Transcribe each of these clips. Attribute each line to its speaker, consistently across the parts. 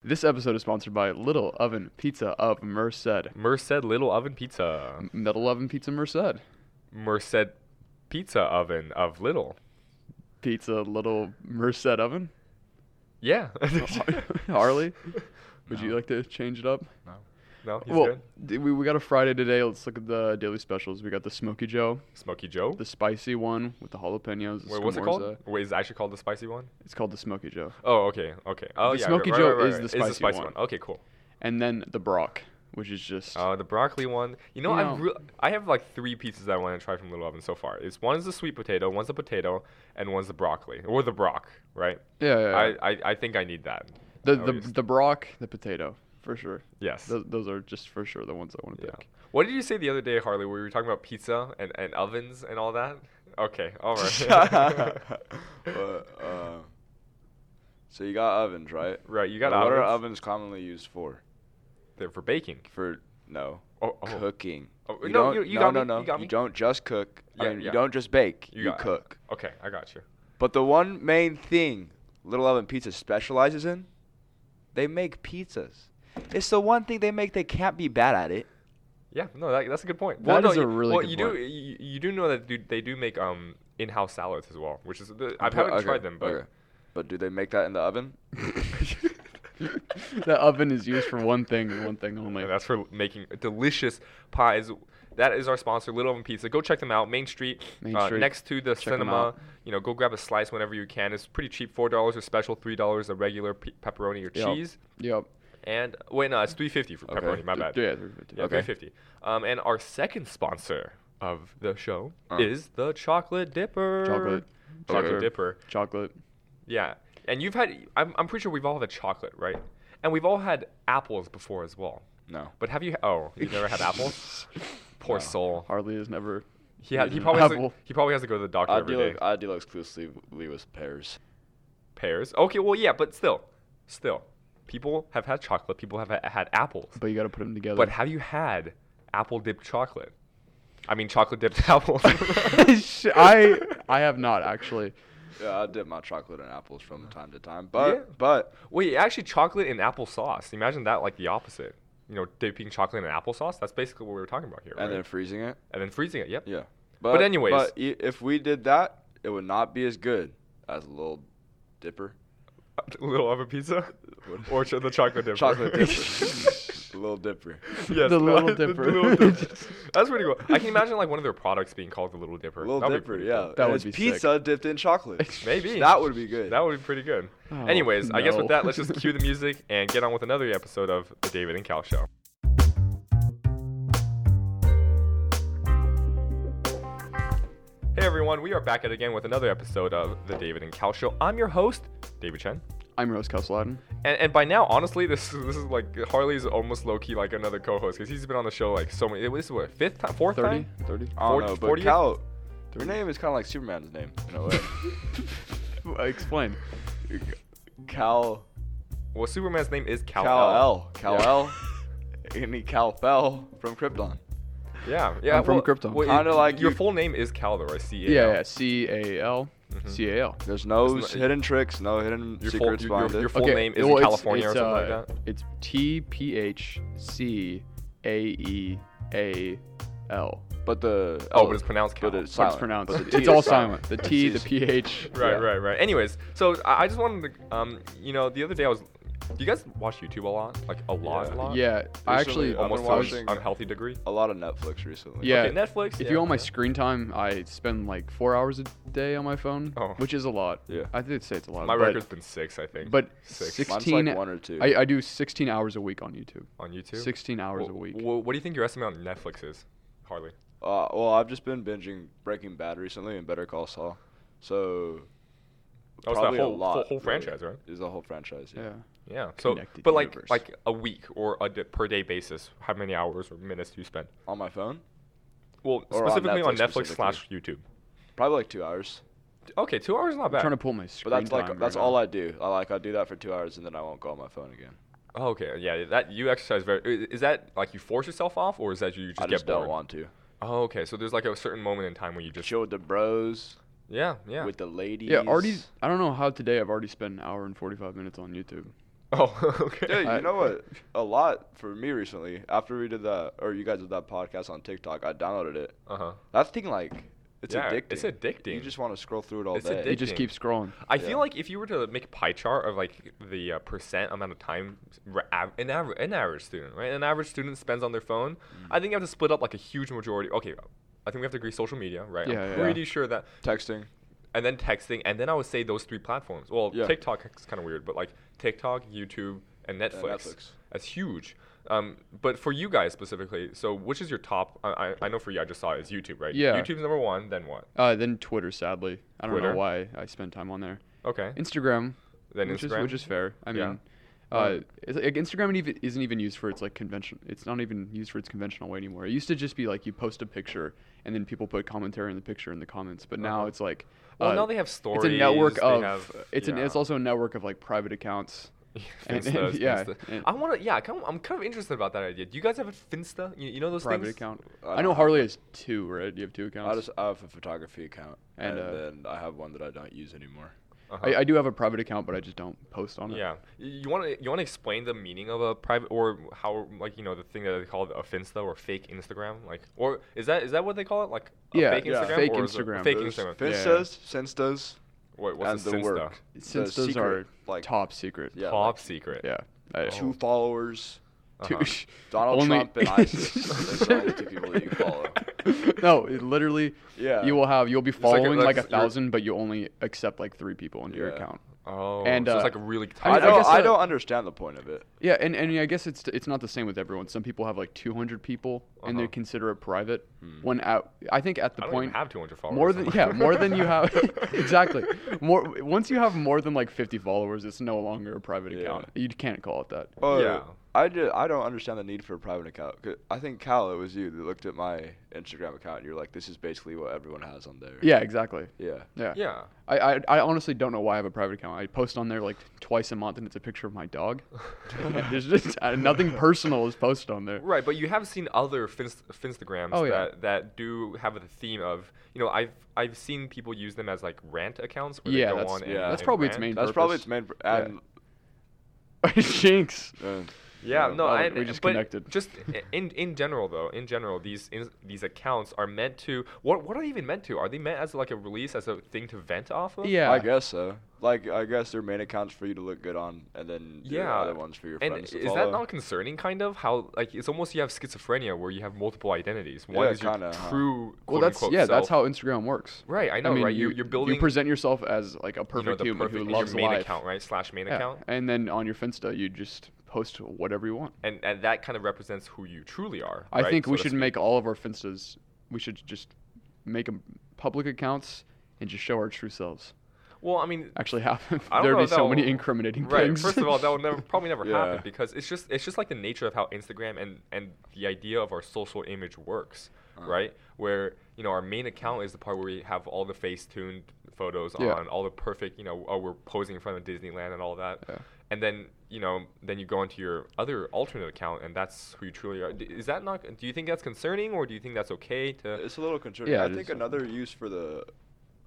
Speaker 1: This episode is sponsored by Little Oven Pizza of Merced.
Speaker 2: Merced Little Oven Pizza.
Speaker 1: Little Oven Pizza Merced.
Speaker 2: Merced Pizza Oven of Little.
Speaker 1: Pizza Little Merced Oven.
Speaker 2: Yeah.
Speaker 1: Harley, would
Speaker 2: No.
Speaker 1: you like to change it up?
Speaker 2: No. No, Uh-huh. he's
Speaker 1: well,
Speaker 2: good.
Speaker 1: d- we, we got a Friday today. Let's look at the daily specials. We got the Smoky Joe,
Speaker 2: Smoky Joe.
Speaker 1: the spicy one with the jalapenos. The
Speaker 2: Wait, what's it
Speaker 1: scamorza.
Speaker 2: called? Wait, is it actually called the spicy one?
Speaker 1: It's called the Smoky Joe.
Speaker 2: Oh, okay, okay. Oh,
Speaker 1: The
Speaker 2: yeah.
Speaker 1: Smoky
Speaker 2: right,
Speaker 1: Joe
Speaker 2: right, right,
Speaker 1: is the
Speaker 2: right.
Speaker 1: spicy
Speaker 2: spicy
Speaker 1: one.
Speaker 2: Okay, cool.
Speaker 1: And then the Brock, which is just.
Speaker 2: Uh, the broccoli one. You know,
Speaker 1: You
Speaker 2: I've
Speaker 1: know-
Speaker 2: re- I have like three pizzas that I want to try from Little Oven so far. It's one is the sweet potato, one's the potato, and one's the broccoli or the brock, right?
Speaker 1: yeah, yeah, yeah.
Speaker 2: I, I I think I need that.
Speaker 1: the,
Speaker 2: at
Speaker 1: the,
Speaker 2: least.
Speaker 1: the Brock, the potato, for sure.
Speaker 2: yes.
Speaker 1: Those, those are just for sure the ones I want to
Speaker 2: yeah.
Speaker 1: pick.
Speaker 2: What did you say the other day, Harley? Where we were talking about pizza and, and ovens and all that? Okay, all right.
Speaker 3: But, uh, so you got ovens, right?
Speaker 2: right, you got
Speaker 3: But
Speaker 2: ovens.
Speaker 3: what are ovens commonly used for?
Speaker 2: They're for baking.
Speaker 3: For no
Speaker 2: Oh, oh.
Speaker 3: cooking.
Speaker 2: Oh,
Speaker 3: you
Speaker 2: no,
Speaker 3: don't,
Speaker 2: you- you
Speaker 3: no,
Speaker 2: got
Speaker 3: no,
Speaker 2: me,
Speaker 3: no.
Speaker 2: you got me.
Speaker 3: don't just cook.
Speaker 2: Yeah,
Speaker 3: I mean,
Speaker 2: yeah.
Speaker 3: you don't just bake.
Speaker 2: You
Speaker 3: You,
Speaker 2: got it.
Speaker 3: cook.
Speaker 2: Okay, I got you.
Speaker 3: But the one main thing Little Oven Pizza specializes in, they make pizzas. It's the one thing they make they can't be bad at it.
Speaker 2: Yeah, no, that, that's a good point.
Speaker 1: That
Speaker 2: no,
Speaker 1: is a
Speaker 2: you-
Speaker 1: really
Speaker 2: well,
Speaker 1: good
Speaker 2: you
Speaker 1: point.
Speaker 2: do you, you do know that do, they do make um in-house salads as well, which is the, I
Speaker 3: Okay,
Speaker 2: haven't
Speaker 3: okay,
Speaker 2: tried them, but
Speaker 3: okay. But do they make that in the oven?
Speaker 1: the oven is used for one thing and one thing only.
Speaker 2: And that's for making delicious pies. That is our sponsor, Little Oven Pizza. Go check them out, Main Street,
Speaker 1: Main
Speaker 2: uh,
Speaker 1: Street.
Speaker 2: next to the
Speaker 1: Check 'em
Speaker 2: cinema.
Speaker 1: out.
Speaker 2: You know, go grab a slice whenever you can. It's pretty cheap, four dollars a special, three dollars a regular pe- pepperoni or
Speaker 1: Yep.
Speaker 2: cheese.
Speaker 1: Yep.
Speaker 2: And wait, no, it's three fifty for
Speaker 3: Okay.
Speaker 2: pepperoni. My
Speaker 1: D-
Speaker 2: bad.
Speaker 1: Yeah, they're good.
Speaker 2: Yeah,
Speaker 3: Okay.
Speaker 2: three fifty. Um, and our second sponsor of the show
Speaker 3: Uh.
Speaker 2: is the Chocolate Dipper.
Speaker 1: Chocolate.
Speaker 2: Chocolate
Speaker 3: Okay.
Speaker 2: Dipper.
Speaker 1: Chocolate.
Speaker 2: Yeah, and you've had. I'm, I'm pretty sure we've all had chocolate, right? And we've all had apples before as well.
Speaker 3: No.
Speaker 2: But have you? Oh, you've never had apples. Poor
Speaker 3: No.
Speaker 2: soul.
Speaker 1: Harley has never.
Speaker 2: He ha-
Speaker 1: eaten
Speaker 2: he
Speaker 1: an
Speaker 2: probably has to,
Speaker 1: apple.
Speaker 2: he probably has to go to the doctor
Speaker 3: I
Speaker 2: every
Speaker 3: deal,
Speaker 2: day.
Speaker 3: I deal exclusively with pears.
Speaker 2: Pears. Okay, well yeah, but still, still, people have had chocolate. People have ha- had apples.
Speaker 1: But you got to put them together.
Speaker 2: But have you had apple dipped chocolate? I mean, chocolate dipped apples.
Speaker 1: Sh- I I have not actually.
Speaker 3: Yeah, I dip my chocolate in apples from time to time. But
Speaker 2: Yeah.
Speaker 3: but
Speaker 2: Wait, actually, chocolate in applesauce. Imagine that, like the opposite. You know, dipping chocolate in applesauce. That's basically what we were talking about here, right?
Speaker 3: and then freezing it.
Speaker 2: and then freezing it. Yep.
Speaker 3: Yeah.
Speaker 2: But anyways.
Speaker 3: but i- if we did that, it would not be as good as Little Dipper.
Speaker 2: little oven pizza or cho- the chocolate dipper.
Speaker 3: Chocolate Dipper. Little Dipper.
Speaker 2: yes,
Speaker 1: The Little
Speaker 2: the
Speaker 1: Dipper.
Speaker 2: Little Dipper. That's pretty cool. I can imagine like one of their products being called the Little Dipper.
Speaker 3: Little
Speaker 2: That'd be
Speaker 3: Dipper,
Speaker 2: pretty
Speaker 3: yeah.
Speaker 2: cool.
Speaker 1: That
Speaker 3: and
Speaker 1: would
Speaker 3: it's
Speaker 1: be sick.
Speaker 3: pizza dipped in chocolate.
Speaker 2: Maybe.
Speaker 3: That would be good.
Speaker 2: That would be pretty good.
Speaker 1: Oh,
Speaker 2: Anyways, I guess with
Speaker 1: no.
Speaker 2: that, let's just cue the music and get on with another episode of the David and Cal Show. Hey everyone, we are back at it again with another episode of the David and Cal Show. I'm your host, David Chen.
Speaker 1: I'm Rose Kelsladden.
Speaker 2: And, and by now, honestly, this is- this is like Harley's almost low key like another co-host because he's been on the show like so many. This is what fifth time, fourth
Speaker 1: 30?
Speaker 2: time.
Speaker 1: 30?
Speaker 3: I don't
Speaker 2: Forty-
Speaker 3: know, but
Speaker 2: 40th?
Speaker 3: Cal, your name is kind of like Superman's name in a way.
Speaker 1: Explain.
Speaker 3: Cal,
Speaker 2: Well, Superman's name is Cal,
Speaker 3: Cal L, Cal L, and he Cal fell from Krypton.
Speaker 2: Yeah, yeah.
Speaker 1: I'm from
Speaker 2: well-
Speaker 1: Krypton.
Speaker 2: well,
Speaker 3: Kinda
Speaker 2: it-
Speaker 3: like
Speaker 2: your
Speaker 3: you-
Speaker 2: full name is Cal though, right? C A.
Speaker 1: Yeah, yeah. C A L.
Speaker 2: Mm-hmm.
Speaker 1: C A L.
Speaker 3: There's no
Speaker 2: It's not-
Speaker 3: hidden tricks, no hidden
Speaker 2: Your full,
Speaker 3: secrets
Speaker 2: your, your,
Speaker 3: behind
Speaker 2: your
Speaker 3: it.
Speaker 2: full name is
Speaker 1: well,
Speaker 2: in
Speaker 1: it's-
Speaker 2: California
Speaker 1: it's,
Speaker 2: or something
Speaker 1: uh,
Speaker 2: like that.
Speaker 1: It's T P H C A E A L.
Speaker 3: But the
Speaker 2: Oh, but it's pronounced Cal.
Speaker 3: but it's
Speaker 1: What's
Speaker 3: silent.
Speaker 1: pronounced?
Speaker 3: But the T
Speaker 1: It's
Speaker 3: is
Speaker 1: all silent. The T, the
Speaker 3: is-
Speaker 1: PH.
Speaker 2: Right,
Speaker 3: yeah.
Speaker 2: right, right. Anyways, so I I just wanted to, um, you know, the other day I was. Do you guys watch YouTube a lot? Like a lot,
Speaker 3: Yeah.
Speaker 2: a lot.
Speaker 1: Yeah, I
Speaker 3: Recently,
Speaker 1: actually
Speaker 3: I've
Speaker 2: Almost
Speaker 3: been
Speaker 2: to an
Speaker 3: watching-
Speaker 2: unhealthy degree.
Speaker 3: A lot of Netflix recently.
Speaker 1: Yeah.
Speaker 2: Okay, Netflix.
Speaker 1: If
Speaker 2: yeah,
Speaker 1: you want my
Speaker 2: yeah.
Speaker 1: screen time, I spend like four hours a day on my phone,
Speaker 2: Oh.
Speaker 1: which is a lot.
Speaker 3: Yeah.
Speaker 1: I did say it's a lot.
Speaker 2: my
Speaker 1: but,
Speaker 2: record's been six, I think.
Speaker 1: But
Speaker 2: Six.
Speaker 3: Mine's
Speaker 1: 16
Speaker 3: like one or two.
Speaker 1: I, I do 16 hours a week on YouTube.
Speaker 2: on YouTube.
Speaker 1: 16 hours
Speaker 2: Wh-
Speaker 1: a week.
Speaker 2: wh- what do you think your estimate on Netflix is, Harley?
Speaker 3: Uh, well, I've just been binging Breaking Bad recently and Better Call Saul, so
Speaker 2: Oh, it's that
Speaker 3: probably
Speaker 2: whole,
Speaker 3: a lot.
Speaker 2: whole, whole
Speaker 3: really,
Speaker 2: franchise, right?
Speaker 3: Is the whole franchise?
Speaker 1: yeah.
Speaker 2: Yeah. So,
Speaker 1: Connected
Speaker 2: but like
Speaker 1: universe.
Speaker 2: like a week or a d- per day basis, how many hours or minutes do you spend?
Speaker 3: On my phone,
Speaker 2: Well,
Speaker 3: Or on
Speaker 2: specifically on Netflix,
Speaker 3: Netflix specifically.
Speaker 2: slash YouTube.
Speaker 3: probably like two hours.
Speaker 2: Okay, two hours is not
Speaker 1: I'm
Speaker 2: bad.
Speaker 1: trying to pull my screen
Speaker 3: But that's
Speaker 1: time.
Speaker 3: like that's
Speaker 1: right
Speaker 3: all
Speaker 1: now.
Speaker 3: I do. I like I do that for two hours and then I won't go on my phone again.
Speaker 2: oh, okay, yeah, that you exercise very. i- Is that like you force yourself off, or is that you just
Speaker 3: I
Speaker 2: get
Speaker 3: just
Speaker 2: bored?
Speaker 3: don't want to.
Speaker 2: Oh, okay. So there's like a certain moment in time where you just.
Speaker 3: Chill with the bros,
Speaker 2: Yeah, yeah.
Speaker 3: with the ladies.
Speaker 1: Yeah, already. I don't know how today I've already spent an hour and 45 minutes on YouTube.
Speaker 2: Oh, okay.
Speaker 3: Dude,
Speaker 1: I-
Speaker 3: you know what? A lot for me recently, after we did that, or you guys did that podcast on TikTok, I downloaded it.
Speaker 2: Uh huh.
Speaker 3: That thing, like, it's
Speaker 2: Yeah,
Speaker 3: addicting.
Speaker 2: it's addicting.
Speaker 3: You just want to scroll through it all
Speaker 2: It's
Speaker 1: You
Speaker 3: day.
Speaker 1: just
Speaker 2: Addicting.
Speaker 1: keep scrolling.
Speaker 2: I
Speaker 3: Yeah.
Speaker 2: feel like if you were to make a pie chart of like the uh, percent amount of time re- av- an, aver- an average student, right? An average student spends on their phone.
Speaker 1: Mm.
Speaker 2: I think you have to split up like a huge majority. Okay, I think we have to agree social media, right?
Speaker 1: Yeah,
Speaker 2: I'm
Speaker 1: yeah.
Speaker 2: pretty sure that,
Speaker 3: Texting.
Speaker 2: and then texting, and then I would say those three platforms. Well,
Speaker 3: Yeah.
Speaker 2: TikTok is kind of weird, but like TikTok, YouTube, and Netflix.
Speaker 3: Netflix.
Speaker 2: That's huge. Um, but for you guys specifically, so which is your top? I, I, I know for you, I just saw it's YouTube, right?
Speaker 1: Yeah.
Speaker 2: YouTube's number one. Then what?
Speaker 1: Uh, then Twitter, sadly. I don't
Speaker 2: Twitter?
Speaker 1: know why I spend time on there.
Speaker 2: Okay.
Speaker 1: Instagram,
Speaker 2: Then
Speaker 1: which
Speaker 2: Instagram?
Speaker 1: is which is fair. I
Speaker 2: Yeah.
Speaker 1: mean, uh, it's, like Instagram even, isn't even used for its like convention. It's not even used for its conventional way anymore. It used to just be like you post a picture and then people put commentary on the picture in the comments. But now
Speaker 2: Uh-huh.
Speaker 1: it's like
Speaker 2: Well,
Speaker 1: uh,
Speaker 2: now they have
Speaker 1: it's
Speaker 2: stories.
Speaker 1: a network
Speaker 2: they
Speaker 1: of
Speaker 2: have-
Speaker 1: it's an
Speaker 2: yeah.
Speaker 1: it's also a network of like private accounts. And-
Speaker 2: Finsta,
Speaker 1: and- yeah,
Speaker 2: Finsta.
Speaker 1: and-
Speaker 2: I want to. Yeah, I kind of- I'm kind of interested about that idea. Do you guys have a Finsta? You, you know those
Speaker 1: Private
Speaker 2: things?
Speaker 1: account.
Speaker 3: I
Speaker 1: I know
Speaker 3: don't-
Speaker 1: Harley has two, right? You have two accounts.
Speaker 3: I just I have a photography account,
Speaker 1: And,
Speaker 3: and,
Speaker 1: uh,
Speaker 3: then I have one that I don't use anymore.
Speaker 2: Uh-huh.
Speaker 1: I, I do have a private account, but I just don't post on it.
Speaker 2: yeah. Y- You want to you want to explain the meaning of a private or how like you know the thing that they call a Finsta or fake Instagram like or is that is that what they call it like a
Speaker 1: Yeah,
Speaker 2: fake
Speaker 3: yeah.
Speaker 2: Instagram
Speaker 1: Fake
Speaker 2: or is it-
Speaker 1: Instagram.
Speaker 2: fake
Speaker 3: There's
Speaker 2: Instagram.
Speaker 1: Yeah.
Speaker 3: Finstas, Sinstas,
Speaker 2: What, what's a
Speaker 3: and the
Speaker 2: Finsta?
Speaker 3: work.
Speaker 1: Since
Speaker 3: The
Speaker 1: those
Speaker 3: secret,
Speaker 1: are
Speaker 3: like
Speaker 1: top secret.
Speaker 3: Yeah,
Speaker 2: Top
Speaker 3: like-
Speaker 2: secret.
Speaker 1: Yeah. I-
Speaker 3: two followers.
Speaker 2: Oh, Uh-huh.
Speaker 1: Douche.
Speaker 3: Donald
Speaker 1: Only-
Speaker 3: Trump and ISIS. Those are the only two people that you follow.
Speaker 1: no, it literally.
Speaker 3: Yeah.
Speaker 1: You will have you'll be
Speaker 2: like a-
Speaker 1: following like a
Speaker 2: that's your-
Speaker 1: thousand, but you only accept like three people into your
Speaker 3: Yeah.
Speaker 1: account.
Speaker 2: Oh,
Speaker 1: And,
Speaker 2: so
Speaker 1: uh,
Speaker 2: it's like a really.
Speaker 1: I mean,
Speaker 3: I,
Speaker 1: I
Speaker 2: tight-
Speaker 3: don't.
Speaker 1: guess
Speaker 3: I
Speaker 1: the-
Speaker 3: don't understand the point of it.
Speaker 1: Yeah, and, and I guess it's it's not the same with everyone. Some people have like 200 people and they
Speaker 2: Uh-huh.
Speaker 1: consider it private. When at I think at the
Speaker 2: I don't
Speaker 1: point
Speaker 2: even have 200 followers.
Speaker 1: more than
Speaker 2: I'm
Speaker 1: yeah
Speaker 2: like-
Speaker 1: more than you have exactly more once you have more than like 50 followers, it's no longer a private
Speaker 3: Yeah.
Speaker 1: account. You can't call it that.
Speaker 3: Oh
Speaker 2: Yeah.
Speaker 3: I do, I don't understand the need for a private account. 'Cause I think Cal, it was you that looked at my Instagram account. and You're like, this is basically what everyone has on there.
Speaker 1: Yeah, exactly.
Speaker 3: Yeah.
Speaker 1: Yeah.
Speaker 2: Yeah.
Speaker 1: I, I, I honestly don't know why I have a private account. I post on there like twice a month, and it's a picture of my dog. There's just uh, nothing personal is posted on there.
Speaker 2: Right, but you have seen other Finst- Finstagrams
Speaker 1: Oh, yeah.
Speaker 2: that, that do have the theme of, you know, I've I've seen people use them as like rant accounts where
Speaker 1: Yeah,
Speaker 2: they go
Speaker 1: that's-
Speaker 2: on and,
Speaker 3: yeah.
Speaker 1: That's
Speaker 2: and
Speaker 1: probably its
Speaker 2: rant.
Speaker 1: main-
Speaker 3: That's probably
Speaker 1: purpose.
Speaker 3: its main. Pr-
Speaker 1: Yeah.
Speaker 3: and
Speaker 1: Jinx.
Speaker 3: uh,
Speaker 2: Yeah,
Speaker 3: Yeah,
Speaker 2: no,
Speaker 1: wow,
Speaker 2: I,
Speaker 1: we just
Speaker 2: but
Speaker 1: connected.
Speaker 2: Just i- in in general though, in general, these in, these accounts are meant to what what are they even meant to? Are they meant as like a release as a thing to vent off of?
Speaker 1: Yeah.
Speaker 3: I guess so. Like, I guess their main account's for you to look good on, and then your
Speaker 2: Yeah.
Speaker 3: other ones for your
Speaker 2: And
Speaker 3: friends
Speaker 2: is
Speaker 3: to
Speaker 2: that
Speaker 3: follow.
Speaker 2: not concerning kind of how like it's almost you have schizophrenia where you have multiple identities. One
Speaker 3: Yeah,
Speaker 2: is your
Speaker 3: kinda, huh.
Speaker 2: true
Speaker 1: Well, that's
Speaker 2: quote-unquote
Speaker 1: yeah. That's
Speaker 2: self.
Speaker 1: how Instagram works.
Speaker 2: Right, I know,
Speaker 1: I mean,
Speaker 2: right?
Speaker 1: you,
Speaker 2: You, you're building
Speaker 1: You present yourself as like a
Speaker 2: you know,
Speaker 1: perfect
Speaker 2: the
Speaker 1: human
Speaker 2: perfect
Speaker 1: who
Speaker 2: in your
Speaker 1: loves
Speaker 2: main
Speaker 1: life.
Speaker 2: account, right? Slash main
Speaker 1: Yeah.
Speaker 2: account.
Speaker 1: And then on your Finsta, you just post whatever you want.
Speaker 2: and, and that kind of represents who you truly are.
Speaker 1: I
Speaker 2: right,
Speaker 1: think
Speaker 2: so
Speaker 1: we
Speaker 2: to
Speaker 1: should
Speaker 2: speak.
Speaker 1: make all of our Finstas. We should just make them public accounts and just show our true selves.
Speaker 2: Well, I mean,
Speaker 1: Actually, have them.
Speaker 2: I don't
Speaker 1: There'd
Speaker 2: know
Speaker 1: be
Speaker 2: if that
Speaker 1: so many
Speaker 2: will-
Speaker 1: incriminating
Speaker 2: right.
Speaker 1: things.
Speaker 2: First of all, that will never probably never happen
Speaker 3: Yeah.
Speaker 2: because it's just it's just like the nature of how Instagram and and the idea of our social image works,
Speaker 3: Uh-huh.
Speaker 2: right? Where you know our main account is the part where we have all the face tuned photos
Speaker 1: Yeah.
Speaker 2: on, all the perfect, you know, oh, we're posing in front of Disneyland and all that.
Speaker 1: Yeah.
Speaker 2: And then you know, then you go into your other alternate account, and that's who you truly are. D- Is that not? Do you think that's concerning, or do you think that's okay to?
Speaker 3: It's a little concerning.
Speaker 1: Yeah,
Speaker 3: I
Speaker 1: it is.
Speaker 3: think another use for the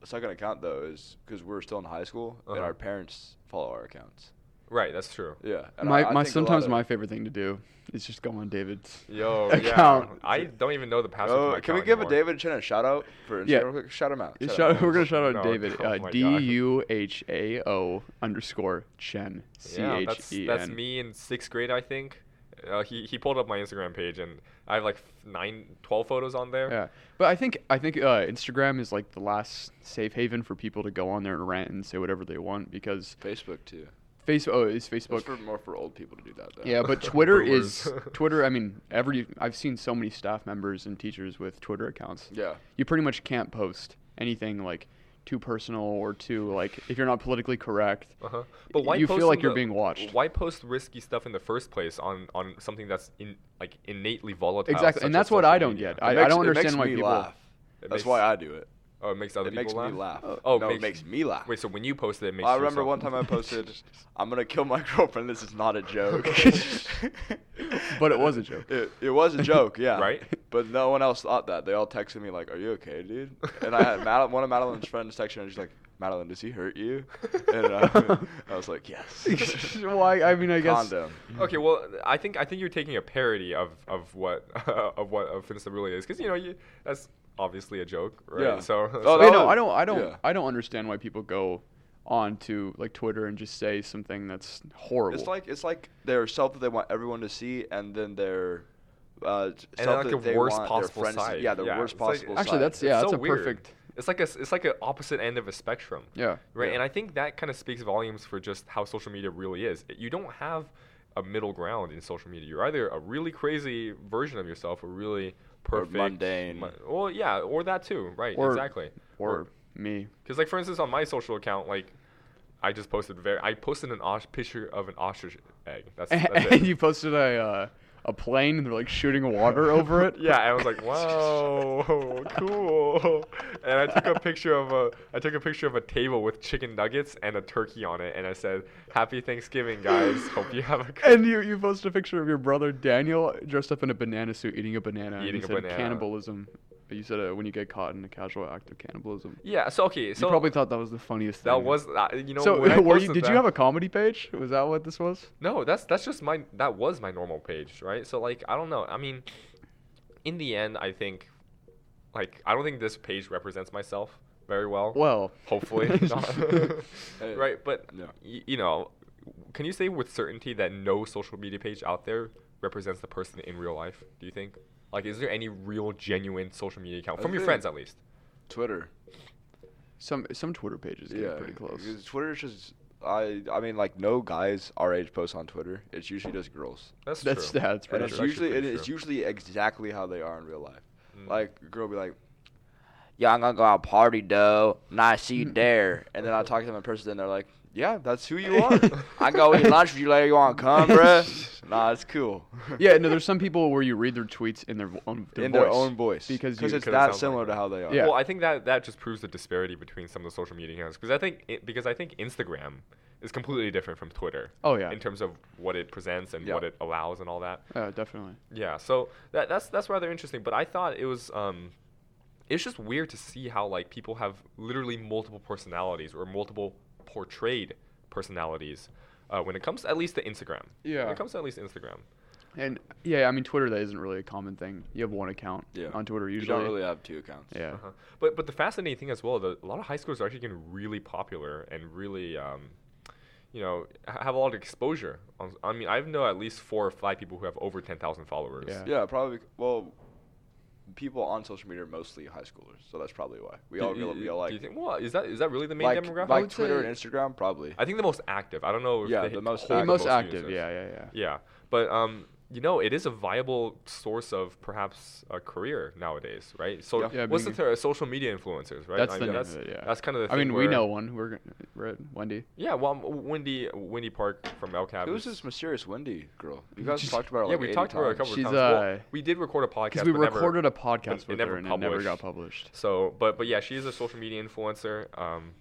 Speaker 3: second account though is because we're still in high school
Speaker 2: Uh-huh.
Speaker 3: and our parents follow our accounts.
Speaker 2: Right, that's true.
Speaker 3: Yeah. And
Speaker 1: my
Speaker 3: I- I
Speaker 1: my
Speaker 3: think a lot
Speaker 1: sometimes
Speaker 3: of-
Speaker 1: my favorite thing to do is just go on David's.
Speaker 2: Yo,
Speaker 1: Account.
Speaker 2: yeah. I don't even know the password. to
Speaker 3: Oh,
Speaker 2: my
Speaker 3: can we
Speaker 2: account
Speaker 3: give a
Speaker 2: anymore.
Speaker 3: David Chen a shout out for Instagram?
Speaker 1: Yeah.
Speaker 3: real quick? Shout him out.
Speaker 1: Shout, we're gonna shout out
Speaker 2: No,
Speaker 1: David.
Speaker 2: oh
Speaker 1: uh,
Speaker 2: my
Speaker 1: D
Speaker 2: God.
Speaker 1: U H A O underscore Chen. C
Speaker 2: Yeah,
Speaker 1: H
Speaker 2: that's,
Speaker 1: E
Speaker 2: that's
Speaker 1: N.
Speaker 2: me in sixth grade, I think. Uh, he, he pulled up my Instagram page and I have like f- nine, 12 photos on there.
Speaker 1: Yeah, but I think I think uh, Instagram is like the last safe haven for people to go on there and rant and say whatever they want because
Speaker 3: Facebook too.
Speaker 1: Facebook oh, is
Speaker 3: That's
Speaker 1: Facebook.
Speaker 3: for more for old people to do that though.
Speaker 1: Yeah, but Twitter
Speaker 2: Boomers.
Speaker 1: is Twitter. I mean, every I've seen so many staff members and teachers with Twitter accounts.
Speaker 3: Yeah.
Speaker 1: you pretty much can't post anything like too personal or too like if you're not politically correct.
Speaker 2: Uh-huh. But why
Speaker 1: you feel
Speaker 2: post
Speaker 1: like
Speaker 2: in
Speaker 1: you're
Speaker 2: the-
Speaker 1: being watched.
Speaker 2: Why post risky stuff in the first place on, on something that's in, like innately volatile?
Speaker 1: Exactly,
Speaker 2: such
Speaker 1: and
Speaker 2: as
Speaker 1: that's what
Speaker 2: social
Speaker 1: I don't
Speaker 2: media?
Speaker 1: get. I,
Speaker 3: It
Speaker 1: I
Speaker 3: makes-
Speaker 1: don't
Speaker 3: it makes
Speaker 1: understand why
Speaker 3: me
Speaker 1: people.
Speaker 3: laugh.
Speaker 2: It
Speaker 3: That's
Speaker 2: makes-
Speaker 3: why I do it.
Speaker 2: Oh, it makes other
Speaker 3: It makes
Speaker 2: people
Speaker 3: me
Speaker 2: laugh.
Speaker 3: laugh.
Speaker 2: Oh,
Speaker 3: no, it makes me laugh.
Speaker 2: Wait, so when you post it, it makes
Speaker 3: I
Speaker 2: you
Speaker 3: remember
Speaker 2: yourself-
Speaker 3: one time I posted, "I'm gonna kill my girlfriend." This is not a joke.
Speaker 1: But it was a joke.
Speaker 3: It, it was a joke, yeah.
Speaker 2: Right?
Speaker 3: But no one else thought that. They all texted me like, "Are you okay, dude?" And I had Mad- one of Madeline's friends texted her, and she's like, Madeline, does he hurt you? And uh, I was like, yes.
Speaker 1: Why? I mean, I guess.
Speaker 3: Condom.
Speaker 2: Okay, well, I think I think you're taking a parody of of what of what offense really is, because you know you, that's obviously a joke, right?
Speaker 3: Yeah.
Speaker 2: So,
Speaker 3: Oh,
Speaker 2: so-
Speaker 1: Wait, no,
Speaker 3: that
Speaker 1: I don't. I don't.
Speaker 3: yeah.
Speaker 1: I don't understand why people go on to like Twitter and just say something that's horrible.
Speaker 3: It's like it's like their self that they want everyone to see, and then their uh, t-
Speaker 2: And
Speaker 3: self
Speaker 2: like the
Speaker 3: that they
Speaker 2: worst
Speaker 3: want
Speaker 2: possible
Speaker 3: their friends to-
Speaker 2: side.
Speaker 3: yeah, the
Speaker 2: Yeah,
Speaker 3: worst
Speaker 2: it's like-
Speaker 3: possible.
Speaker 1: actually,
Speaker 3: side.
Speaker 1: that's
Speaker 2: It's
Speaker 1: yeah, that's
Speaker 2: so
Speaker 1: a
Speaker 2: weird.
Speaker 1: perfect.
Speaker 2: it's like a s- it's like an opposite end of a spectrum.
Speaker 1: Yeah.
Speaker 2: Right,
Speaker 3: Yeah.
Speaker 2: and I think that kind of speaks volumes for just how social media really is. You don't have a middle ground in social media. You're either a really crazy version of yourself, or really perfect,
Speaker 3: mundane.
Speaker 2: well, yeah, or that too. Right,
Speaker 1: Or-
Speaker 2: exactly.
Speaker 1: Or me.
Speaker 2: Because like for instance, on my social account, like I just posted very, I posted an os- picture of an ostrich egg. That's,
Speaker 1: And,
Speaker 2: that's it.
Speaker 1: you posted a uh, a plane and they're like shooting water over it.
Speaker 2: Yeah, I was like, "Wow, cool!" And I took a picture of a, I took a picture of a table with chicken nuggets and a turkey on it, and I said, "Happy Thanksgiving, guys. Hope you have a good."
Speaker 1: And you you posted a picture of your brother Daniel dressed up in a banana suit eating a banana. and
Speaker 2: Eating
Speaker 1: you
Speaker 2: a
Speaker 1: said
Speaker 2: banana.
Speaker 1: cannibalism. You said uh, when you get caught in a casual act of cannibalism.
Speaker 2: Yeah. So okay. So
Speaker 1: you probably thought that was the funniest thing.
Speaker 2: that was uh, you know.
Speaker 1: so
Speaker 2: when I
Speaker 1: were you,
Speaker 2: posted
Speaker 1: did
Speaker 2: that-
Speaker 1: you have a comedy page? Was that what this was?
Speaker 2: No, that's that's just my that was my normal page, right? So like I don't know. I mean, in the end, I think, like I don't think this page represents myself very well.
Speaker 1: Well,
Speaker 2: Hopefully not.
Speaker 3: Hey,
Speaker 2: right, but
Speaker 3: yeah.
Speaker 2: y- you know, can you say with certainty that no social media page out there represents the person in real life? Do you think? Like, is there any real, genuine social media account
Speaker 3: I
Speaker 2: from your
Speaker 1: Uh,
Speaker 3: think-
Speaker 2: friends at least?
Speaker 3: Twitter.
Speaker 1: some some Twitter pages get
Speaker 3: yeah,
Speaker 1: pretty close.
Speaker 3: because Twitter's just I I mean like no guys our age post on Twitter. It's usually just girls.
Speaker 2: That's,
Speaker 1: That's
Speaker 2: true.
Speaker 1: that's
Speaker 3: and
Speaker 1: pretty
Speaker 3: it's
Speaker 1: true. Mm-hmm.
Speaker 2: actually
Speaker 3: usually it,
Speaker 2: pretty
Speaker 3: it's
Speaker 2: true.
Speaker 3: usually exactly how they are in real life.
Speaker 2: Mm.
Speaker 3: Like a girl be like, "Yeah, I'm gonna go out party though, and I see you there." And then I talk to them in person, and they're like, "Yeah, that's who you are. I go eat lunch with you later. You want to come, bruh? Nah, it's cool."
Speaker 1: Yeah, no, there's some people where you read their tweets in their vo- own their
Speaker 3: in
Speaker 1: voice.
Speaker 3: their own voice
Speaker 1: Because you-
Speaker 3: it's
Speaker 2: Because it
Speaker 3: that
Speaker 2: sounds
Speaker 3: similar
Speaker 2: like
Speaker 3: to
Speaker 2: that.
Speaker 3: how they are.
Speaker 1: Yeah.
Speaker 2: Well, I think that that just proves the disparity between some of the social media accounts because I think it, because I think Instagram is completely different from Twitter.
Speaker 1: Oh, yeah.
Speaker 2: In terms of what it presents and
Speaker 3: Yeah.
Speaker 2: what it allows and all that.
Speaker 1: Uh, definitely.
Speaker 2: Yeah. So that that's that's rather interesting. But I thought it was um, it's just weird to see how like people have literally multiple personalities or multiple portrayed personalities uh, when it comes at least to Instagram.
Speaker 1: Yeah.
Speaker 2: When it comes to at least Instagram.
Speaker 1: And yeah, I mean Twitter that isn't really a common thing. You have one account
Speaker 3: Yeah.
Speaker 1: on Twitter
Speaker 3: You
Speaker 1: usually.
Speaker 3: don't really have two accounts.
Speaker 1: yeah.
Speaker 2: Uh-huh. But but the fascinating thing as well, the, a lot of high schools are actually getting really popular and really, um, you know, ha- have a lot of exposure. On, I mean, I know at least four or five people who have over ten thousand followers.
Speaker 1: Yeah.
Speaker 3: Yeah, probably. bec- Well, people on social media are mostly high schoolers, so that's probably why we
Speaker 2: Do-
Speaker 3: all really, we all like
Speaker 2: do you think? Well, is that is that really the main
Speaker 3: like,
Speaker 2: demographic? I
Speaker 3: like
Speaker 2: would
Speaker 3: Twitter
Speaker 2: say-
Speaker 3: and Instagram, probably.
Speaker 2: I think the most active. I don't know. If
Speaker 3: Yeah,
Speaker 2: they
Speaker 3: the most
Speaker 2: hold
Speaker 1: The
Speaker 3: active.
Speaker 1: most
Speaker 2: most
Speaker 1: active.
Speaker 2: users.
Speaker 1: Yeah, yeah, yeah.
Speaker 2: Yeah, but um, you know, it is a viable source of perhaps a career nowadays, right? So
Speaker 3: Yeah.
Speaker 1: Yeah,
Speaker 2: what's the
Speaker 1: being-
Speaker 2: term? Social media influencers, right?
Speaker 1: That's
Speaker 2: I
Speaker 1: the
Speaker 2: mean,
Speaker 1: name
Speaker 2: that's,
Speaker 1: of it. Yeah.
Speaker 2: That's kind of the.
Speaker 1: I
Speaker 2: thing
Speaker 1: mean, we
Speaker 2: where-
Speaker 1: know one. We're gonna, we're at Wendy.
Speaker 2: Yeah, well, um, Wendy, Wendy Park from El Cab.
Speaker 3: Who
Speaker 2: is-
Speaker 3: was this mysterious Wendy girl? You guys
Speaker 1: Just-
Speaker 3: talked about her.
Speaker 2: yeah,
Speaker 3: like,
Speaker 2: we
Speaker 3: 80
Speaker 2: talked about her a
Speaker 3: times.
Speaker 2: couple
Speaker 1: She's,
Speaker 2: times.
Speaker 1: uh,
Speaker 2: well, we did record a podcast
Speaker 1: Because we
Speaker 2: but never-
Speaker 1: recorded a podcast
Speaker 2: it
Speaker 1: with
Speaker 2: never
Speaker 1: her and it never got
Speaker 2: published.
Speaker 1: published.
Speaker 2: So, but but yeah, she is a social media influencer, um,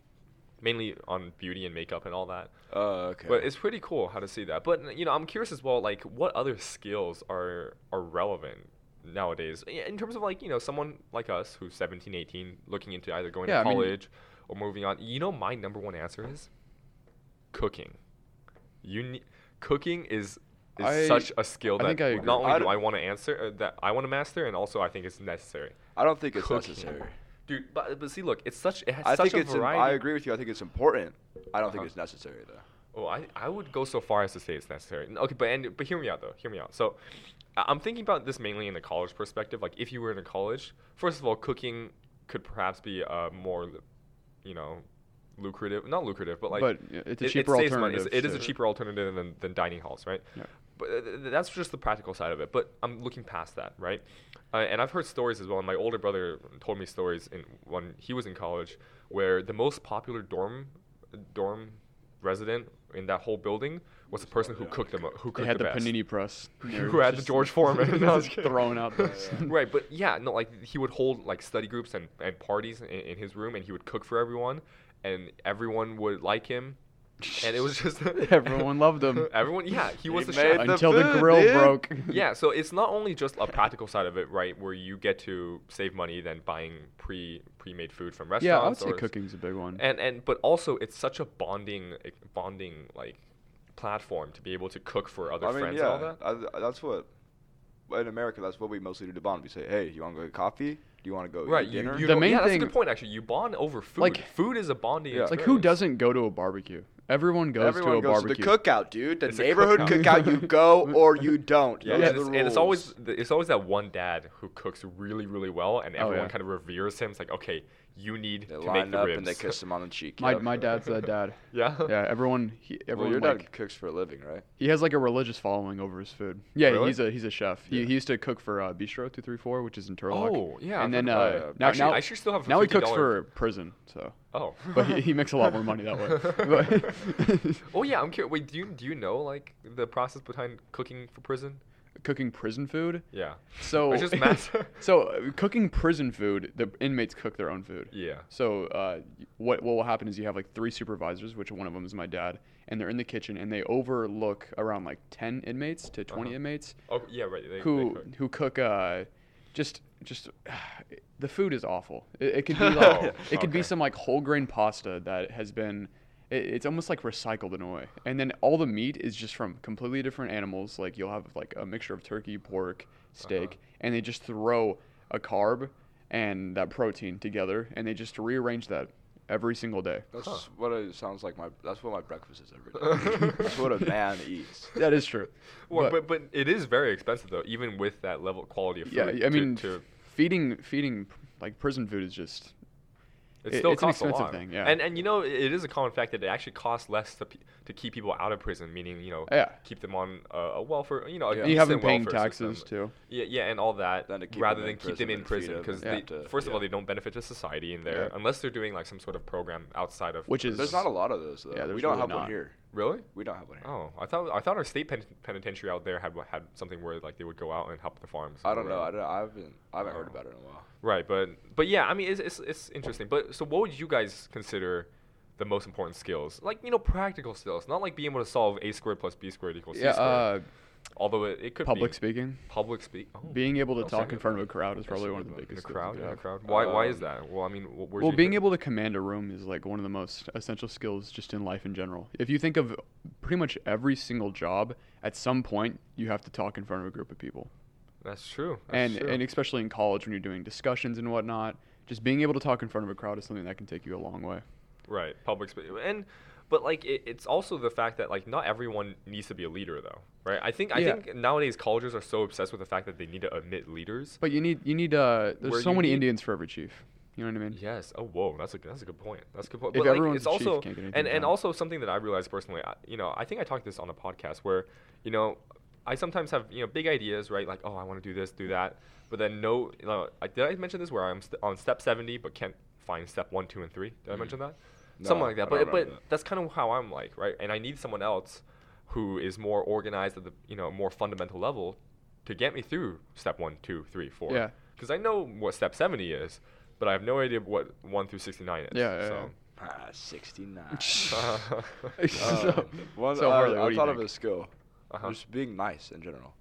Speaker 2: mainly on beauty and makeup and all that.
Speaker 3: Oh, okay.
Speaker 2: But it's pretty cool how to see that. But you know, I'm curious as well, like what other skills are are relevant nowadays i- in terms of like you know someone like us who's 17, 18, looking into either going
Speaker 1: Yeah, I
Speaker 2: to
Speaker 1: mean-
Speaker 2: college or moving on. You know, my number one answer is cooking. You ne- cooking is. Is
Speaker 1: I-
Speaker 2: such a skill
Speaker 1: I
Speaker 2: that
Speaker 1: think I agree.
Speaker 2: not only
Speaker 3: I
Speaker 2: do
Speaker 3: don't-
Speaker 2: I want to answer uh, that I want to master, and also I think it's necessary.
Speaker 3: I don't think it's
Speaker 2: cooking.
Speaker 3: necessary.
Speaker 2: Dude, but, but see, look, it's such it has
Speaker 3: I
Speaker 2: such
Speaker 3: think
Speaker 2: a
Speaker 3: it's. im-
Speaker 2: variety.
Speaker 3: I agree with you. I think it's important. I don't think
Speaker 2: Uh-huh.
Speaker 3: it's necessary though.
Speaker 2: Oh, I, I would go so far as to say it's necessary. N- Okay, but and but hear me out though. Hear me out. So, I- I'm thinking about this mainly in a college perspective. Like, if you were in a college, first of all, cooking could perhaps be a more, lu- you know, lucrative. Not lucrative, but like
Speaker 1: but yeah, it's a
Speaker 2: it-
Speaker 1: cheaper
Speaker 2: it saves money.
Speaker 1: alternative.
Speaker 2: It's- It is a
Speaker 1: to-
Speaker 2: cheaper alternative than, than dining halls, right?
Speaker 1: Yeah.
Speaker 2: But uh, th- that's just the practical side of it. But I'm looking past that, right? Uh, and I've heard stories as well. And my older brother told me stories in when he was in college, where the most popular dorm dorm resident in that whole building was the person who cooked the mo- who
Speaker 1: They
Speaker 2: cooked
Speaker 1: had
Speaker 2: the,
Speaker 1: the,
Speaker 2: best.
Speaker 1: panini press.
Speaker 2: Who had the George Foreman? No, I was
Speaker 1: just
Speaker 2: kidding.
Speaker 1: throwing out. those.
Speaker 2: right but yeah no like he would hold like study groups and, and parties in, in his room and he would cook for everyone and everyone would like him and it was just
Speaker 1: Everyone loved him.
Speaker 2: Everyone, yeah, he was
Speaker 3: He
Speaker 2: the
Speaker 3: made
Speaker 2: chef.
Speaker 3: the
Speaker 1: until the,
Speaker 3: food,
Speaker 1: grill
Speaker 3: dude.
Speaker 1: broke.
Speaker 2: yeah, so it's not only just a practical side of it, right, where you get to save money than buying pre pre-made food from restaurants.
Speaker 1: yeah, I would say
Speaker 2: or-
Speaker 1: cooking's a big one.
Speaker 2: And and but also it's such a bonding bonding like platform to be able to cook for other
Speaker 3: I mean,
Speaker 2: friends
Speaker 3: yeah,
Speaker 2: and all that.
Speaker 3: I- I- that's what in America. That's what we mostly do to bond. We say, "Hey, you want to go get coffee? Do you want to go
Speaker 2: Right,
Speaker 3: eat
Speaker 2: you,
Speaker 3: dinner?"
Speaker 2: you
Speaker 1: The
Speaker 2: know-
Speaker 1: main
Speaker 2: yeah, that's a
Speaker 1: thing-
Speaker 2: good point actually. You bond over food.
Speaker 1: Like-
Speaker 2: food is a bonding.
Speaker 3: Yeah.
Speaker 2: Yeah.
Speaker 3: It's
Speaker 1: like who doesn't go to a barbecue? Everyone goes
Speaker 3: Everyone
Speaker 1: to a
Speaker 3: goes
Speaker 1: barbecue.
Speaker 3: to the cookout, dude. The
Speaker 2: It's a
Speaker 3: neighborhood
Speaker 1: cookout.
Speaker 3: cookout. You go or you don't.
Speaker 2: Yeah,
Speaker 3: Those
Speaker 2: and,
Speaker 3: are
Speaker 2: it's,
Speaker 3: the
Speaker 2: and it's
Speaker 3: rules.
Speaker 2: always th- it's always that one dad who cooks really really well, and
Speaker 1: Oh,
Speaker 2: everyone
Speaker 1: yeah.
Speaker 2: kind of reveres him. It's like, okay, you need
Speaker 3: they
Speaker 2: to
Speaker 3: line
Speaker 2: make the
Speaker 3: up
Speaker 2: ribs.
Speaker 3: and they kiss him on the cheek.
Speaker 1: My
Speaker 3: Yep.
Speaker 1: my dad's that dad.
Speaker 2: yeah,
Speaker 1: Yeah, everyone he
Speaker 3: Well,
Speaker 1: everyone
Speaker 3: your
Speaker 1: like,
Speaker 3: dad cooks for a living, right?
Speaker 1: he has like a religious following over his food. Yeah,
Speaker 2: Really?
Speaker 1: he's a he's a chef. He,
Speaker 3: Yeah.
Speaker 1: he used to cook for uh, Bistro Two Three Four, which is in Turlock.
Speaker 2: Oh, yeah,
Speaker 1: and
Speaker 2: I've
Speaker 1: then
Speaker 2: heard
Speaker 3: about
Speaker 1: uh,
Speaker 3: that.
Speaker 1: now
Speaker 2: Actually,
Speaker 1: now,
Speaker 2: I should still have a
Speaker 1: now he
Speaker 2: $50
Speaker 1: cooks for prison. So,
Speaker 2: Oh,
Speaker 1: but he, he makes a lot more money that way. But
Speaker 2: oh yeah, I'm curious. Wait, do you do you know like the process behind cooking for prison?
Speaker 1: cooking prison food.
Speaker 2: Yeah,
Speaker 1: So
Speaker 2: it's just mass.
Speaker 1: so uh, cooking prison food, the inmates cook their own food.
Speaker 2: yeah,
Speaker 1: So uh, what what will happen is you have like three supervisors, which one of them is my dad, and they're in the kitchen and they overlook around like ten inmates to 20
Speaker 2: Uh-huh.
Speaker 1: inmates
Speaker 2: oh yeah, right. They, they
Speaker 1: who
Speaker 2: cook.
Speaker 1: who cook uh, just just the food is awful. It, it could be like
Speaker 2: Oh,
Speaker 1: it could be
Speaker 2: okay.
Speaker 1: some like whole grain pasta that has been. It, it's almost like recycled in a way, and then all the meat is just from completely different animals. Like you'll have like a mixture of turkey, pork, steak, and they just throw a carb and that protein together, and they just rearrange that every single day.
Speaker 3: That's
Speaker 2: Huh.
Speaker 3: what it sounds like. My that's what my breakfast is every day. that's what a man eats.
Speaker 1: That is true.
Speaker 2: Well,
Speaker 1: but-
Speaker 2: but, but it is very expensive though, even with that level quality of food.
Speaker 1: Yeah, I
Speaker 2: to-
Speaker 1: mean,
Speaker 2: to,
Speaker 1: feeding feeding like prison food is just
Speaker 2: It
Speaker 1: It-
Speaker 2: still
Speaker 1: it's an
Speaker 2: costs
Speaker 1: expensive
Speaker 2: a lot.
Speaker 1: thing, yeah.
Speaker 2: And and you know it is a common fact that it actually costs less to pe- to keep people out of prison, meaning you know
Speaker 1: Yeah.
Speaker 2: keep them on a, a welfare, you know, a
Speaker 3: Yeah.
Speaker 1: you haven't
Speaker 2: decent
Speaker 1: paying
Speaker 2: welfare
Speaker 1: taxes
Speaker 2: system.
Speaker 1: too.
Speaker 2: Yeah, yeah, and all that
Speaker 3: Than to keep
Speaker 2: rather
Speaker 3: them
Speaker 2: than
Speaker 3: in
Speaker 2: keep them
Speaker 3: prison
Speaker 2: in
Speaker 3: and feed
Speaker 2: prison
Speaker 3: them
Speaker 2: because
Speaker 3: and
Speaker 2: they
Speaker 3: to-
Speaker 2: first of all
Speaker 3: yeah.
Speaker 2: they don't benefit to society in there
Speaker 1: Yeah.
Speaker 2: unless they're doing like some sort of program outside of
Speaker 1: Which is-
Speaker 3: There's not a lot of those though.
Speaker 1: Yeah,
Speaker 3: we
Speaker 1: there's
Speaker 3: don't
Speaker 1: really
Speaker 3: have
Speaker 1: not.
Speaker 3: one here.
Speaker 2: really.
Speaker 3: We don't have one here.
Speaker 2: Oh, I thought I thought our state pen- penitentiary out there had had something where like they would go out and help the farms.
Speaker 3: I
Speaker 2: and
Speaker 3: don't know.
Speaker 2: whatever.
Speaker 3: I don't. I haven't. I haven't heard
Speaker 2: Oh.
Speaker 3: about it in a while.
Speaker 2: Right, but but yeah, I mean it's, it's it's interesting. But so what would you guys consider the most important skills? Like you know, practical skills, not like being able to solve a squared plus b squared equals c
Speaker 1: Yeah,
Speaker 2: squared.
Speaker 1: uh,
Speaker 2: Although it, it could
Speaker 1: public
Speaker 2: be
Speaker 1: speaking.
Speaker 2: public speak. Oh,
Speaker 1: Being able to
Speaker 2: that's a
Speaker 1: talk in
Speaker 2: good
Speaker 1: front
Speaker 2: one.
Speaker 1: of a crowd is probably one of the
Speaker 3: one.
Speaker 2: in the
Speaker 1: biggest. skills
Speaker 2: crowd,
Speaker 1: you
Speaker 2: in the
Speaker 1: have.
Speaker 2: crowd. Why why is
Speaker 3: Um,
Speaker 2: that? Well, I mean, wh- where's
Speaker 1: Well,
Speaker 2: your
Speaker 1: being
Speaker 2: hit-
Speaker 1: able to command a room is like one of the most essential skills just in life in general. If you think of pretty much every single job, at some point you have to talk in front of a group of people,
Speaker 2: That's true. That's
Speaker 1: and
Speaker 2: true.
Speaker 1: and especially in college when you're doing discussions and whatnot, just being able to talk in front of a crowd is something that can take you a long way.
Speaker 2: right, public speak, and but like it, it's also the fact that like not everyone needs to be a leader though, right? I think I
Speaker 1: Yeah.
Speaker 2: think nowadays colleges are so obsessed with the fact that they need to admit leaders.
Speaker 1: But you need you need uh, there's
Speaker 2: Where
Speaker 1: so
Speaker 2: you
Speaker 1: many
Speaker 2: need-
Speaker 1: Indians for every chief. You know what I mean?
Speaker 2: Yes. Oh, whoa. That's a that's a good point. That's a good point.
Speaker 1: If
Speaker 2: But like,
Speaker 1: everyone's
Speaker 2: it's
Speaker 1: a chief, you
Speaker 2: also
Speaker 1: can't get anything
Speaker 2: and and
Speaker 1: done.
Speaker 2: also something that I realized personally. I, you know, I think I talked this on a podcast where you know I sometimes have you know big ideas, right? Like, oh, I want to do this, do that, but then no. You know, I, did I mention this where I'm st- on step seventy but can't find step one, two, and three? Did I
Speaker 1: Mm-hmm.
Speaker 2: mention that?
Speaker 3: No,
Speaker 2: Something like that.
Speaker 3: I
Speaker 2: But
Speaker 3: don't
Speaker 2: but
Speaker 3: remember that.
Speaker 2: that's kind of how I'm like, right? And I need someone else who is more organized at the you know more fundamental level to get me through step one, two, three, four
Speaker 1: Yeah.
Speaker 2: because I know what step 70 is, but I have no idea what 1 through 69 is.
Speaker 1: Yeah, yeah,
Speaker 2: so.
Speaker 3: Ah, 69.
Speaker 2: Uh,
Speaker 1: so,
Speaker 3: one,
Speaker 1: so
Speaker 3: uh,
Speaker 1: Harley,
Speaker 3: I
Speaker 1: what do you
Speaker 3: thought
Speaker 1: think?
Speaker 3: of a skill.
Speaker 2: Uh-huh.
Speaker 3: Just being nice in general.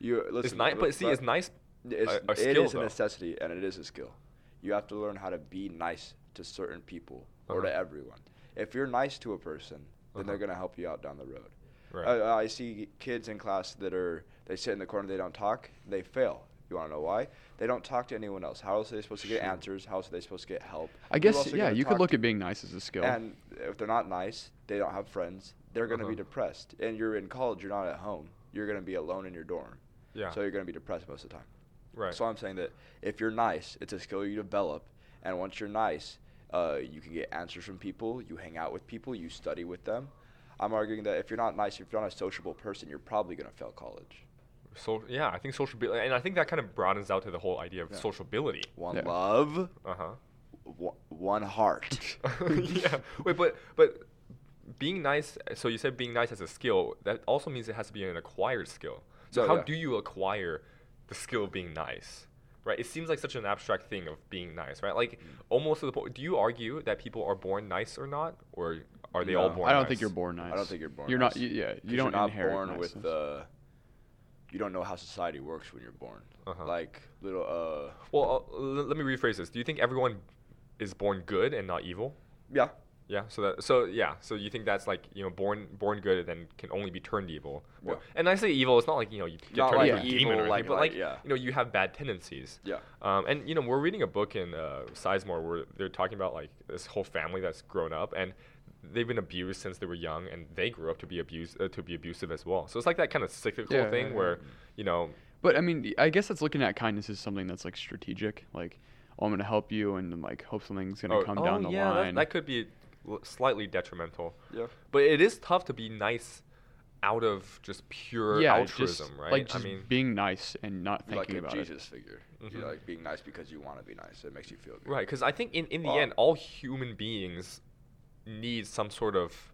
Speaker 3: You listen.
Speaker 2: it's nice, but see, it's
Speaker 3: but
Speaker 2: nice.
Speaker 3: it's-
Speaker 2: a- a
Speaker 3: it
Speaker 2: skill,
Speaker 3: is a
Speaker 2: though.
Speaker 3: necessity and it is a skill. You have to learn how to be nice to certain people or to
Speaker 2: Uh-huh.
Speaker 3: everyone. If you're nice to a person, then they're
Speaker 2: Uh-huh.
Speaker 3: gonna help you out down the road.
Speaker 2: Right.
Speaker 3: I, I see kids in class that are they sit in the corner, they don't talk, they fail. You want to know why? They don't talk to anyone else. How else are they supposed to get
Speaker 2: Sure.
Speaker 3: answers? How else are they supposed to get help?
Speaker 1: I
Speaker 3: Who
Speaker 1: guess
Speaker 3: else are
Speaker 1: yeah,
Speaker 3: gonna
Speaker 1: you could
Speaker 3: talk
Speaker 1: look
Speaker 3: to?
Speaker 1: at being nice as a skill.
Speaker 3: And if they're not nice, they don't have friends. They're going to be
Speaker 2: Uh-huh.
Speaker 3: depressed. And you're in college, you're not at home. You're going to be alone in your dorm.
Speaker 2: yeah.
Speaker 3: So you're going to be depressed most of the time.
Speaker 2: right.
Speaker 3: So I'm saying that if you're nice, it's a skill you develop. And once you're nice, uh, you can get answers from people. You hang out with people. You study with them. I'm arguing that if you're not nice, if you're not a sociable person, you're probably going to fail college.
Speaker 2: so yeah, I think sociability, and I think that kind of broadens out to the whole idea of
Speaker 3: Yeah.
Speaker 2: sociability.
Speaker 3: One
Speaker 1: Yeah.
Speaker 3: love,
Speaker 2: Uh huh.
Speaker 3: w- one heart.
Speaker 2: yeah. Wait, but but being nice. So you said being nice as a skill. That also means it has to be an acquired skill. So
Speaker 3: No,
Speaker 2: how
Speaker 3: yeah.
Speaker 2: do you acquire the skill of being nice? Right. It seems like such an abstract thing of being nice. Right. Like almost to the point. Do you argue that people are born nice or not, or Are they all
Speaker 3: No.
Speaker 2: born?
Speaker 1: I don't
Speaker 2: nice?
Speaker 1: think you're born nice.
Speaker 3: I don't think you're born.
Speaker 1: You're not.
Speaker 3: nice.
Speaker 1: You, yeah,
Speaker 3: 'Cause
Speaker 1: you don't
Speaker 3: you're not
Speaker 1: inherit
Speaker 3: born
Speaker 1: niceness.
Speaker 3: with uh, you don't know how society works when you're born.
Speaker 2: Uh-huh.
Speaker 3: Like little uh,
Speaker 2: Well, uh, l- let me rephrase this. Do you think everyone is born good and not evil?
Speaker 3: yeah,
Speaker 2: Yeah. So that. So yeah. So you think that's like you know born born good and then can only be turned evil. Or-
Speaker 3: Yeah.
Speaker 2: And I say evil. It's not like you know you get
Speaker 3: Not
Speaker 2: turned
Speaker 1: like
Speaker 2: into a
Speaker 3: evil,
Speaker 2: demon or anything,
Speaker 3: like-
Speaker 2: but
Speaker 3: like,
Speaker 2: like,
Speaker 3: yeah.
Speaker 2: you know you have bad tendencies.
Speaker 3: yeah.
Speaker 2: Um, and you know we're reading a book in uh, Sizemore where they're talking about like this whole family that's grown up and they've been abused since they were young and they grew up to be abused uh, to be abusive as well. So it's like that kind of cyclical
Speaker 1: Yeah,
Speaker 2: thing
Speaker 1: yeah,
Speaker 2: where you know
Speaker 1: But I mean, I guess that's looking at kindness as something that's like strategic. Like, oh, I'm gonna help you, and then, like hope something's gonna come down the
Speaker 2: Oh, yeah, that-
Speaker 1: line.
Speaker 2: That, could be l- slightly detrimental.
Speaker 3: Yeah.
Speaker 2: But it is tough to be nice out of just pure
Speaker 1: yeah, it's
Speaker 2: altruism,
Speaker 1: just,
Speaker 2: right?
Speaker 1: Like just
Speaker 2: I mean,
Speaker 1: being nice and not
Speaker 3: You're like
Speaker 1: thinking
Speaker 3: a
Speaker 1: about it. Mm-hmm.
Speaker 3: Jesus figure.
Speaker 2: Mhm.
Speaker 3: You're like being nice because you want to be nice. It makes you feel good.
Speaker 2: right? Because I think in, in the
Speaker 3: Well-
Speaker 2: end, all human beings need some sort of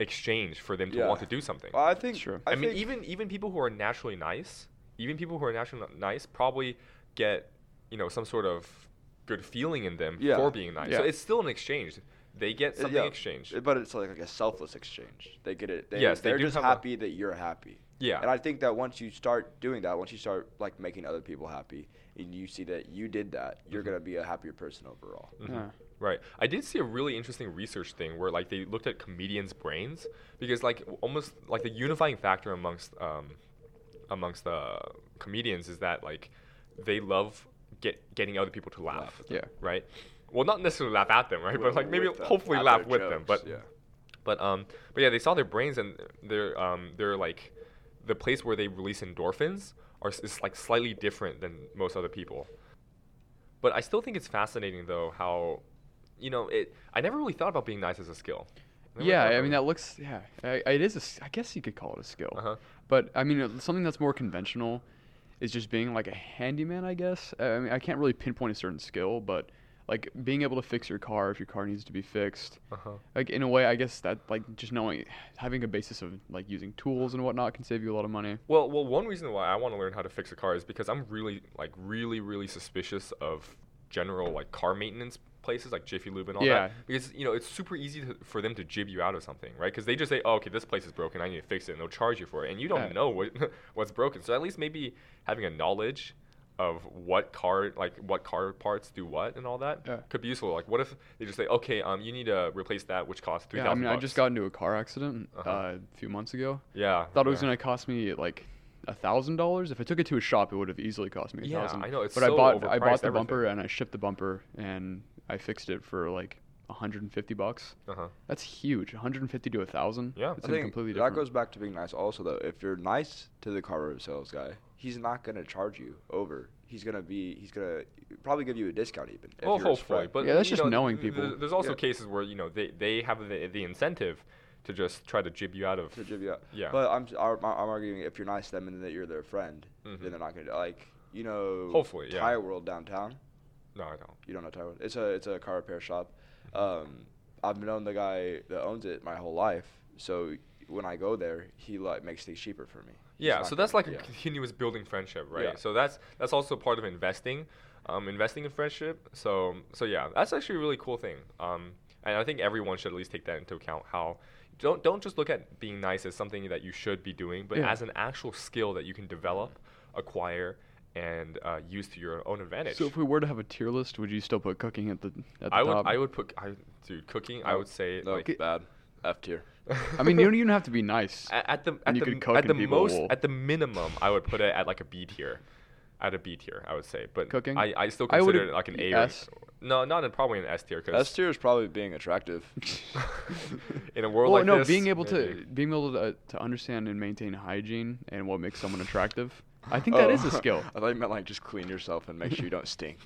Speaker 2: exchange for them to want
Speaker 3: Yeah.
Speaker 2: to do something.
Speaker 3: Well, I think.
Speaker 1: Sure.
Speaker 2: I,
Speaker 3: I,
Speaker 2: mean,
Speaker 3: think-
Speaker 2: even even people who are naturally nice, even people who are naturally n- nice, probably get you know some sort of good feeling in them
Speaker 3: Yeah.
Speaker 2: for being nice. So
Speaker 1: Yeah.
Speaker 2: it's still an exchange. They get
Speaker 3: Uh,
Speaker 2: something
Speaker 3: yeah.
Speaker 2: exchanged.
Speaker 3: It- But it's like, like a selfless exchange. They get it. They,
Speaker 2: Yes, they
Speaker 3: they're
Speaker 2: do
Speaker 3: just
Speaker 2: have a-
Speaker 3: happy that you're happy.
Speaker 2: Yeah.
Speaker 3: And I think that once you start doing that, once you start like making other people happy, and you see that you did that, you're
Speaker 2: Mm-hmm.
Speaker 3: gonna be a happier person overall.
Speaker 2: Mhm.
Speaker 1: Yeah.
Speaker 2: Right. I did see a really interesting research thing where like they looked at comedians' brains because like w- almost like the unifying factor amongst um, amongst the comedians is that like they love get getting other people to laugh.
Speaker 1: Yeah.
Speaker 2: Right. Well, not necessarily laugh at them, right?
Speaker 3: With-
Speaker 2: but like maybe
Speaker 3: with them,
Speaker 2: hopefully
Speaker 3: at
Speaker 2: laugh
Speaker 3: their
Speaker 2: with them.
Speaker 3: jokes,
Speaker 2: But
Speaker 3: yeah.
Speaker 2: but um but yeah, they saw their brains and their um their like the place where they release endorphins are s- is like slightly different than most other people. But I still think it's fascinating though how you know it I never really thought about being nice as a skill. never
Speaker 1: Yeah,
Speaker 2: thought
Speaker 1: I
Speaker 2: about
Speaker 1: mean
Speaker 2: it.
Speaker 1: that looks. Yeah, I, I- it is. A, s- I guess you could call it a skill.
Speaker 2: Uh-huh.
Speaker 1: But I mean, uh, something that's more conventional is just being like a handyman. I guess. I I mean, I can't really pinpoint a certain skill, but like being able to fix your car if your car needs to be fixed.
Speaker 2: Uh-huh.
Speaker 1: Like in a way, I guess that like just knowing, having a basis of like using tools and whatnot can save you a lot of money.
Speaker 2: Well, well, one reason why I want to learn how to fix a car is because I'm really, like, really, really suspicious of general like car maintenance places like Jiffy Lube and all
Speaker 1: Yeah.
Speaker 2: that. Because you know it's super easy to, for them to jib you out of something, right? Because they just say, "Oh, okay, this place is broken. I need to fix it," and they'll charge you for it, and you don't
Speaker 1: Yeah.
Speaker 2: know what what's broken. So at least maybe having a knowledge of what car like what car parts do what and all that
Speaker 1: Yeah.
Speaker 2: could be useful. Like, what if they just say, "Okay, um, you need to replace that, which costs three
Speaker 1: Yeah, I
Speaker 2: thousand
Speaker 1: mean, I just got into a car accident uh
Speaker 2: Uh-huh.
Speaker 1: a few months ago.
Speaker 2: yeah,
Speaker 1: Thought it was
Speaker 2: yeah.
Speaker 1: gonna cost me like a thousand dollars. If I took it to a shop, it would have easily cost me a
Speaker 2: Yeah,
Speaker 1: thousand.
Speaker 2: I know, it's
Speaker 1: but I
Speaker 2: so
Speaker 1: bought I
Speaker 2: overpriced,
Speaker 1: bought the bumper and I shipped the bumper and I fixed it for like 150 bucks.
Speaker 2: Uh-huh.
Speaker 1: That's huge. 150 to a thousand.
Speaker 2: Yeah.
Speaker 1: it's
Speaker 3: I
Speaker 1: in a
Speaker 3: think
Speaker 1: completely
Speaker 3: that
Speaker 1: different.
Speaker 3: goes back to being nice. Also, though, if you're nice to the car sales guy, he's not gonna charge you over. He's gonna be. He's gonna probably give you a discount even. if
Speaker 2: Well,
Speaker 3: you're his
Speaker 2: Oh, hopefully,
Speaker 3: friend.
Speaker 2: but
Speaker 1: Yeah, that's
Speaker 2: you
Speaker 1: just
Speaker 2: know,
Speaker 1: knowing
Speaker 2: th- th-
Speaker 1: people.
Speaker 2: There's also
Speaker 3: Yeah.
Speaker 2: cases where you know they, they have the, the incentive to just try to jib you out of.
Speaker 3: to jib you up.
Speaker 2: Yeah.
Speaker 3: But I'm I'm I'm arguing if you're nice to them and that you're their friend,
Speaker 2: Mhm.
Speaker 3: then they're not gonna like you know.
Speaker 2: Hopefully, yeah.
Speaker 3: Tire World downtown.
Speaker 2: No, I don't.
Speaker 3: You don't know Tire World. It's a it's a car repair shop.
Speaker 2: Mm-hmm.
Speaker 3: Um, I've known the guy that owns it my whole life. So when I go there, he like makes things cheaper for me. He's
Speaker 2: Yeah,
Speaker 3: not
Speaker 2: so that's
Speaker 3: gonna-
Speaker 2: like a
Speaker 3: yeah.
Speaker 2: continuous building friendship, right?
Speaker 3: Yeah.
Speaker 2: So that's that's also part of investing, um, investing in friendship. So so yeah, that's actually a really cool thing. Um, and I think everyone should at least take that into account. How don't don't just look at being nice as something that you should be doing, but
Speaker 1: Yeah.
Speaker 2: as an actual skill that you can develop, acquire, and uh, use to your own advantage.
Speaker 1: So if we were to have a tier list, would you still put cooking at the at the
Speaker 2: I would
Speaker 1: top?
Speaker 2: I would put I dude cooking. I
Speaker 3: No,
Speaker 2: would say
Speaker 3: no,
Speaker 2: like
Speaker 3: bad F tier.
Speaker 1: I mean, you don't even have to be nice.
Speaker 2: A- at the
Speaker 1: And
Speaker 2: at
Speaker 1: you
Speaker 2: the,
Speaker 1: could
Speaker 2: m-
Speaker 1: cook
Speaker 2: at the
Speaker 1: and people
Speaker 2: most
Speaker 1: will-
Speaker 2: at the minimum I would put it at like a B tier, at a B tier I would say. But
Speaker 1: Cooking?
Speaker 2: I, I still
Speaker 1: I would
Speaker 2: consider
Speaker 1: ag-
Speaker 2: it like an A.
Speaker 1: S.
Speaker 2: Or, an- no, not in, probably an S tier
Speaker 3: S
Speaker 2: because
Speaker 3: tier is probably being attractive.
Speaker 2: in a world
Speaker 1: well,
Speaker 2: like
Speaker 1: no,
Speaker 2: this,
Speaker 1: being able
Speaker 2: maybe.
Speaker 1: to being able to, uh, to understand and maintain hygiene and what makes someone attractive, I think
Speaker 2: Oh.
Speaker 1: that is a skill.
Speaker 3: Oh. I thought you meant like just clean yourself and make sure you don't stink.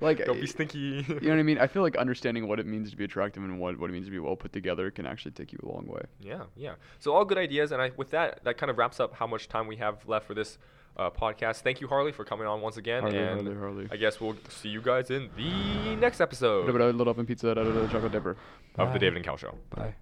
Speaker 1: Like,
Speaker 2: don't be
Speaker 1: uh,
Speaker 2: stinky.
Speaker 1: You know what I mean? I feel like understanding what it means to be attractive and what, what it means to be well put together can actually take you a long way.
Speaker 2: Yeah, yeah. So all good ideas, and I with that that kind of wraps up how much time we have left for this uh, podcast. Thank you, Harley, for coming on once again,
Speaker 1: Harley,
Speaker 2: and
Speaker 1: Harley, Harley.
Speaker 2: I guess we'll see you guys in the next episode Oh.
Speaker 1: Little bit of- little open pizza, da- da- da- chocolate dipper.
Speaker 2: of the David and Cal Show.
Speaker 1: Bye.